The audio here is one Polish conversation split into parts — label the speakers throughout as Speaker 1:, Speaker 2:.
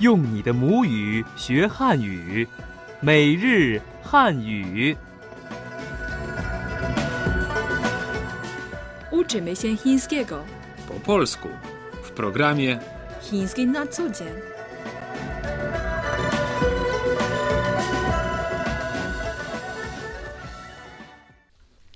Speaker 1: 用你的母语学汉语，每日汉语。
Speaker 2: Uczymy się chińskiego.
Speaker 3: po polsku w programie
Speaker 2: Chiński na co dzień.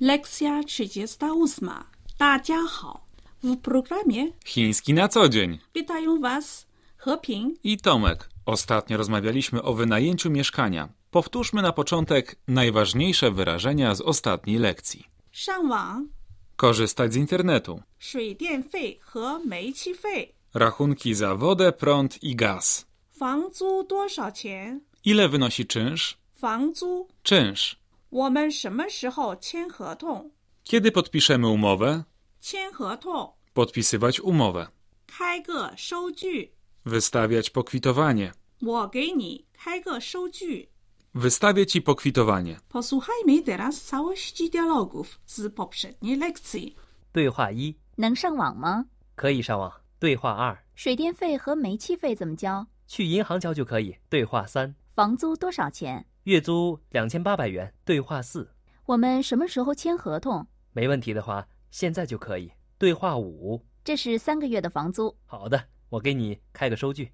Speaker 4: Lekcja 38. 大家好。W programie
Speaker 3: Chiński na co dzień
Speaker 4: witają Was Heping.
Speaker 3: i Tomek. Ostatnio rozmawialiśmy o wynajęciu mieszkania. Powtórzmy na początek najważniejsze wyrażenia z ostatniej lekcji.
Speaker 4: 上网、
Speaker 3: Korzystać z internetu.
Speaker 4: 水电费和煤气费、
Speaker 3: Rachunki za wodę, prąd i gaz.
Speaker 4: 房租多少钱？
Speaker 3: Ile wynosi czynsz?
Speaker 4: 房租
Speaker 3: Czynsz.
Speaker 4: 我们什么时候签合同？
Speaker 3: Kiedy podpiszemy umowę?
Speaker 4: 签合同
Speaker 3: Podpisywać umowę.
Speaker 4: 开个收据，
Speaker 3: Wystawiać pokwitowanie.
Speaker 4: 我给你开个收据。
Speaker 3: Wystawię ci pokwitowanie.
Speaker 4: Posłuchajmy teraz całości dialogów z poprzedniej lekcji.
Speaker 1: 对话一，
Speaker 5: 能上网吗？
Speaker 1: 可以上网。对话二，
Speaker 5: 水电费和煤气费怎么交？
Speaker 1: 去银行交就可以。对话三，
Speaker 5: 房租多少钱？
Speaker 1: 月租两千八百元。对话四，
Speaker 5: 我们什么时候签合同？
Speaker 1: 没问题的话，现在就可以。对话五，
Speaker 5: 这是三个月的房租。
Speaker 1: 好的，我给你开个收据。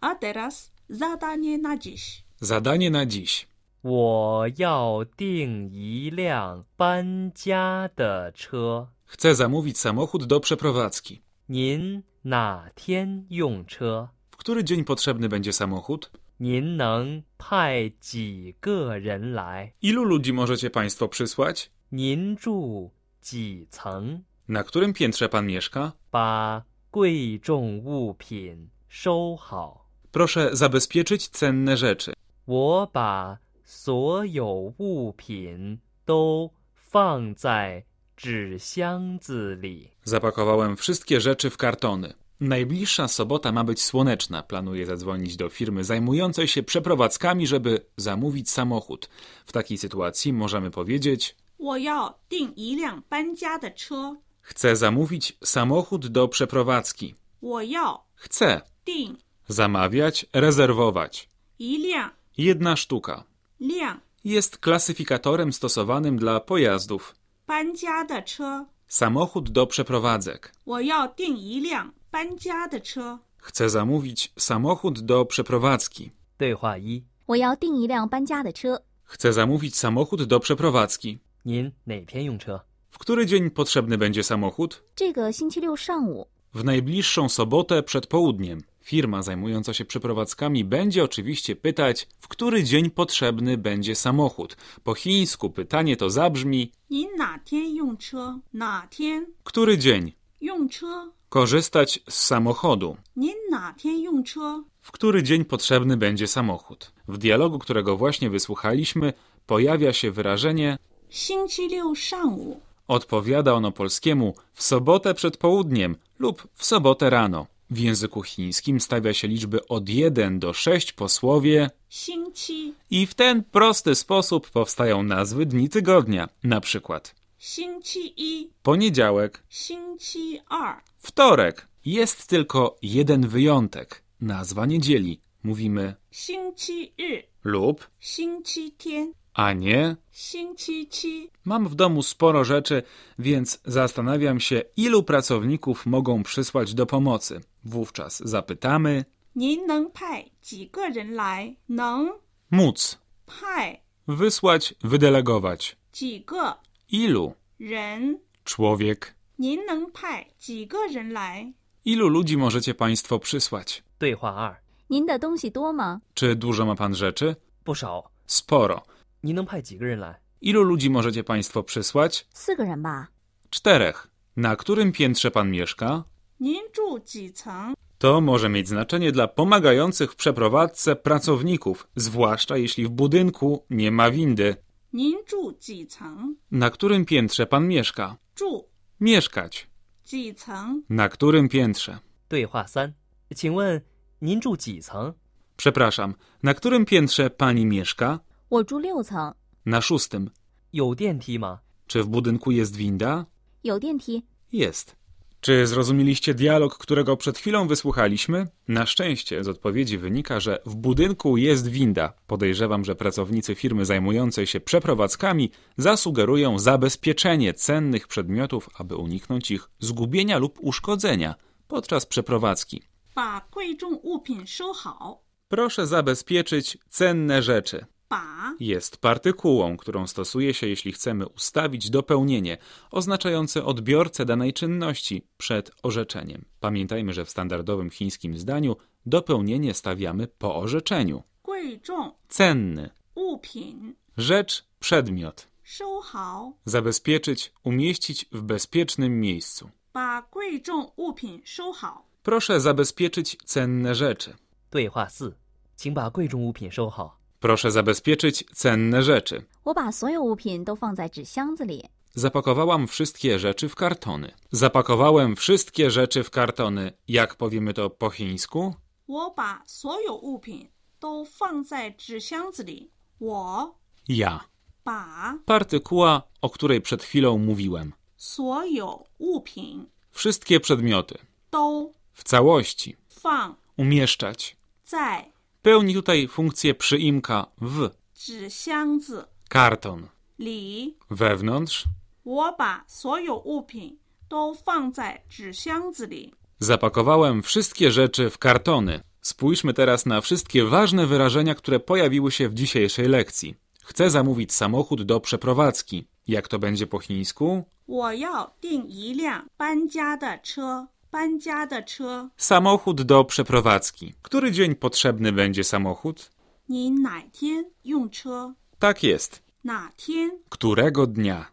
Speaker 4: A teraz zadanie na dziś.
Speaker 3: Zadanie na dziś.
Speaker 1: 我要订一辆搬家的车，
Speaker 3: Chcę zamówić samochód do przeprowadzki.
Speaker 1: 您哪天用车？
Speaker 3: W który dzień potrzebny będzie samochód?
Speaker 1: 您能派几个人来？
Speaker 3: Ilu ludzi możecie Państwo przysłać?
Speaker 1: 您住几层？
Speaker 3: Na którym piętrze Pan mieszka?
Speaker 1: 把贵重物品收好。
Speaker 3: Proszę zabezpieczyć cenne rzeczy.
Speaker 1: 我把所有物品都放在纸箱子里。
Speaker 3: Zapakowałem wszystkie rzeczy w kartony. Najbliższa sobota ma być słoneczna. Planuję zadzwonić do firmy zajmującej się przeprowadzkami, żeby zamówić samochód. W takiej sytuacji możemy powiedzieć:
Speaker 4: 我要订一辆搬家的车。
Speaker 3: Chcę zamówić samochód do przeprowadzki.
Speaker 4: 我要
Speaker 3: Chcę
Speaker 4: 订
Speaker 3: zamawiać, rezerwować.
Speaker 4: 一辆
Speaker 3: Jedna sztuka
Speaker 4: 辆
Speaker 3: jest klasyfikatorem stosowanym dla pojazdów.
Speaker 4: 搬家的车。
Speaker 3: Samochód do przeprowadzek.
Speaker 4: 我要订一辆搬家的车。
Speaker 3: Chcę zamówić samochód do przeprowadzki.
Speaker 1: 对话一：
Speaker 5: 我要订一辆搬家的车。
Speaker 3: Chcę zamówić samochód do przeprowadzki.
Speaker 1: 您哪天用车？
Speaker 3: W który dzień potrzebny będzie samochód?
Speaker 5: 这个星期六上午，
Speaker 3: W najbliższą sobotę przed południem. Firma zajmująca się przeprowadzkami będzie oczywiście pytać, w który dzień potrzebny będzie samochód. Po chińsku pytanie to zabrzmi:
Speaker 4: 您哪天用车？哪天
Speaker 3: który dzień?
Speaker 4: 用车？
Speaker 3: Korzystać z samochodu.
Speaker 4: 您哪天用车？
Speaker 3: W który dzień potrzebny będzie samochód? W dialogu, którego właśnie wysłuchaliśmy, pojawia się wyrażenie
Speaker 4: 星期六上午。
Speaker 3: Odpowiada ono polskiemu w sobotę przed południem lub w sobotę rano. W języku chińskim stawia się liczby od 1 do 6 po słowie
Speaker 4: 星期
Speaker 3: i w ten prosty sposób powstają nazwy dni tygodnia. Na przykład
Speaker 4: 星期一、
Speaker 3: poniedziałek,
Speaker 4: 星期二、
Speaker 3: wtorek. Jest tylko jeden wyjątek. Nazwa niedzieli. Mówimy
Speaker 4: 星期日、
Speaker 3: lub,
Speaker 4: 星期天、
Speaker 3: a nie
Speaker 4: 星期七、
Speaker 3: Mam w domu sporo rzeczy, więc zastanawiam się, ilu pracowników mogą przysłać do pomocy. Wówczas zapytamy
Speaker 4: 您能派几个人来？能
Speaker 3: móc,
Speaker 4: 派
Speaker 3: wysłać, wydelegować.
Speaker 4: 几个
Speaker 3: Ilu?
Speaker 4: 人？
Speaker 3: Człowiek.
Speaker 4: 您能派几个人来？
Speaker 3: Ilu ludzi możecie Państwo przysłać?
Speaker 1: 对话二：
Speaker 5: 您的东西多吗？
Speaker 3: Czy dużo ma Pan rzeczy?
Speaker 1: 不少，
Speaker 3: Sporo.
Speaker 1: 您能派几个人来？
Speaker 3: Ilu ludzi możecie Państwo przysłać?
Speaker 5: 四个人吧。
Speaker 3: Czterech. Na którym piętrze Pan mieszka?
Speaker 4: 您住几层？
Speaker 3: To może mieć znaczenie dla pomagających w przeprowadzce pracowników, zwłaszcza jeśli w budynku nie ma windy.
Speaker 4: 您住几层？
Speaker 3: Na którym piętrze pan mieszka?
Speaker 4: 住
Speaker 3: Mieszkać.
Speaker 4: 几层？
Speaker 3: Na którym piętrze?
Speaker 1: 对话三：请问您住几层？
Speaker 3: Przepraszam, na którym piętrze pani mieszka?
Speaker 5: 我住六层，
Speaker 3: Na szóstym.
Speaker 1: 有电梯吗？
Speaker 3: Czy w budynku jest winda?
Speaker 5: 有电梯。
Speaker 3: Jest. Czy zrozumieliście dialog, którego przed chwilą wysłuchaliśmy? Na szczęście z odpowiedzi wynika, że w budynku jest winda. Podejrzewam, że pracownicy firmy zajmującej się przeprowadzkami zasugerują zabezpieczenie cennych przedmiotów, aby uniknąć ich zgubienia lub uszkodzenia podczas przeprowadzki.
Speaker 4: 把贵重物品收好。
Speaker 3: Proszę zabezpieczyć cenne rzeczy.
Speaker 4: 把
Speaker 3: jest partykułą, którą stosuje się, jeśli chcemy ustawić dopełnienie oznaczające odbiorcę danej czynności przed orzeczeniem. Pamiętajmy, że w standardowym chińskim zdaniu dopełnienie stawiamy po orzeczeniu.
Speaker 4: 贵重
Speaker 3: Cenny,
Speaker 4: 物品
Speaker 3: rzecz, przedmiot.
Speaker 4: 收好，
Speaker 3: Zabezpieczyć, umieścić w bezpiecznym miejscu.
Speaker 4: 把贵重物品收好。
Speaker 3: Proszę zabezpieczyć cenne rzeczy.
Speaker 1: 对话四，请把贵重物品收好。
Speaker 3: Proszę zabezpieczyć cenne rzeczy.
Speaker 5: 我把所有物品都放在纸箱子里。
Speaker 3: Zapakowałam wszystkie rzeczy w kartony. Zapakowałem wszystkie rzeczy w kartony. Jak powiemy to po chińsku?
Speaker 4: 我把所有物品都放在纸箱子里。我
Speaker 3: Ja.
Speaker 4: 把
Speaker 3: Partykuła, o której przed chwilą mówiłem.
Speaker 4: 所有物品
Speaker 3: Wszystkie przedmioty.
Speaker 4: 都
Speaker 3: W całości.
Speaker 4: 放
Speaker 3: Umieszczać.
Speaker 4: 在
Speaker 3: Pełni tutaj funkcję przyimka w.
Speaker 4: 纸箱子
Speaker 3: Karton.
Speaker 4: 里。
Speaker 3: Wewnątrz.
Speaker 4: 我把所有物品都放在纸箱子里。
Speaker 3: Zapakowałem wszystkie rzeczy w kartony. Spójrzmy teraz na wszystkie ważne wyrażenia, które pojawiły się w dzisiejszej lekcji. Chcę zamówić samochód do przeprowadzki. Jak to będzie po chińsku?
Speaker 4: 我要订一辆搬家的车，搬家的车，
Speaker 3: Samochód do przeprowadzki. Który dzień potrzebny będzie samochód?
Speaker 4: 你哪天用车？
Speaker 3: Tak jest.
Speaker 4: 哪天？
Speaker 3: Którego dnia?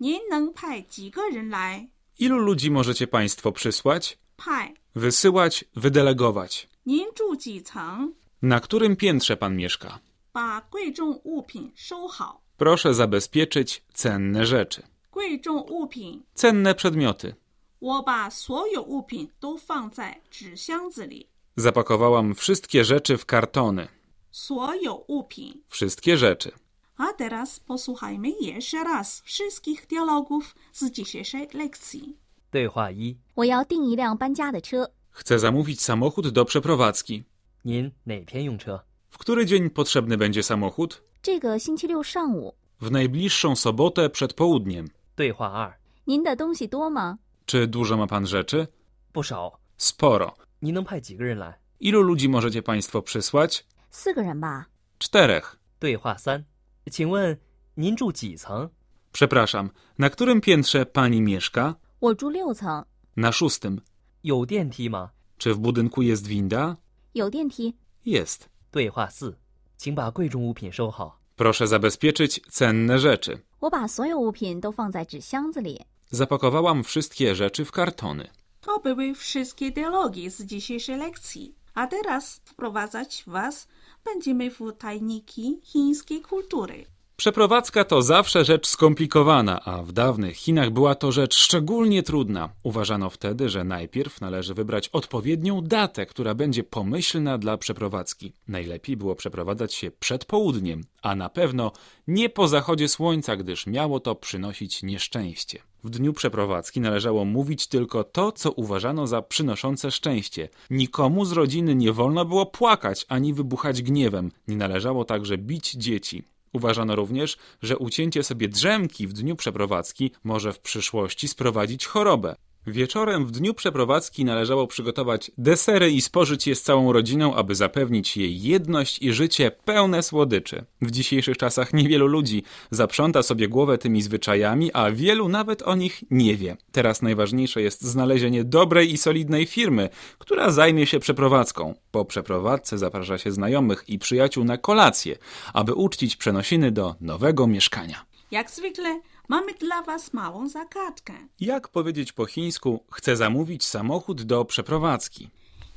Speaker 4: 您能派几个人来？
Speaker 3: Ilu ludzi możecie Państwo przysłać?
Speaker 4: 派。
Speaker 3: Wysyłać, wydelegować.
Speaker 4: 您住几层？
Speaker 3: Na którym piętrze Pan mieszka?
Speaker 4: 把贵重物品收好。
Speaker 3: Proszę zabezpieczyć cenne rzeczy.
Speaker 4: 贵重物品，
Speaker 3: Cenne przedmioty.
Speaker 4: 我把所有物品都放在纸箱子里。
Speaker 3: Zapakowałam wszystkie rzeczy w kartony.
Speaker 4: 所有物品。
Speaker 3: Wszystkie rzeczy.
Speaker 4: A teraz posłuchajmy jeszcze raz wszystkich dialogów z dzisiejszej lekcji.
Speaker 1: 对话一，
Speaker 5: 我要订一辆搬家的车。
Speaker 3: Chcę zamówić samochód do przeprowadzki.
Speaker 1: 您哪天用车？
Speaker 3: W który dzień potrzebny będzie samochód?
Speaker 5: 这个星期六上午，
Speaker 3: W najbliższą sobotę przed południem.
Speaker 1: 对话二，
Speaker 5: 您的东西多吗？
Speaker 3: Czy dużo ma Pan rzeczy?
Speaker 1: 不少，
Speaker 3: Sporo.
Speaker 1: 您能派几个人来？
Speaker 3: Ilu ludzi możecie Państwo przysłać?
Speaker 5: 四个人吧。
Speaker 3: Czterech.
Speaker 1: 对话三，请问您住几层？
Speaker 3: Przepraszam, na którym piętrze Pani mieszka?
Speaker 5: 我住六层，
Speaker 3: Na szóstym.
Speaker 1: 有电梯吗？
Speaker 3: Czy w budynku jest winda?
Speaker 5: 有电梯。
Speaker 3: Jest.
Speaker 1: 对话四，请把贵重物品收好。
Speaker 3: Proszę zabezpieczyć cenne rzeczy.
Speaker 5: 我把所有物品都放在纸箱子里。
Speaker 3: Zapakowałam wszystkie rzeczy w kartony.
Speaker 4: To były wszystkie dialogi z dzisiejszej lekcji. A teraz wprowadzać Was będziemy w tajniki chińskiej kultury.
Speaker 3: Przeprowadzka to zawsze rzecz skomplikowana, a w dawnych Chinach była to rzecz szczególnie trudna. Uważano wtedy, że najpierw należy wybrać odpowiednią datę, która będzie pomyślna dla przeprowadzki. Najlepiej było przeprowadzać się przed południem, a na pewno nie po zachodzie słońca, gdyż miało to przynosić nieszczęście. W dniu przeprowadzki należało mówić tylko to, co uważano za przynoszące szczęście. Nikomu z rodziny nie wolno było płakać ani wybuchać gniewem. Nie należało także bić dzieci. Uważano również, że ucięcie sobie drzemki w dniu przeprowadzki może w przyszłości sprowadzić chorobę. Wieczorem w dniu przeprowadzki należało przygotować desery i spożyć je z całą rodziną, aby zapewnić jej jedność i życie pełne słodyczy. W dzisiejszych czasach niewielu ludzi zaprząta sobie głowę tymi zwyczajami, a wielu nawet o nich nie wie. Teraz najważniejsze jest znalezienie dobrej i solidnej firmy, która zajmie się przeprowadzką. Po przeprowadzce zaprasza się znajomych i przyjaciół na kolację, aby uczcić przenosiny do nowego mieszkania.
Speaker 4: Jak zwykle mamy dla Was małą zagadkę.
Speaker 3: Jak powiedzieć po chińsku, chcę zamówić samochód do przeprowadzki?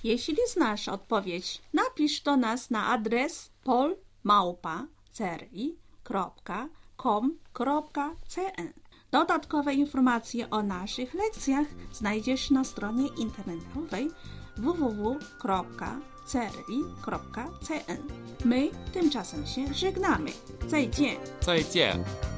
Speaker 4: Jeśli znasz odpowiedź, napisz do nas na adres polmałpa.ceri.com.cn. Dodatkowe informacje o naszych lekcjach znajdziesz na stronie internetowej www.ceri.cn. My tymczasem się żegnamy. 再见。
Speaker 3: 再见。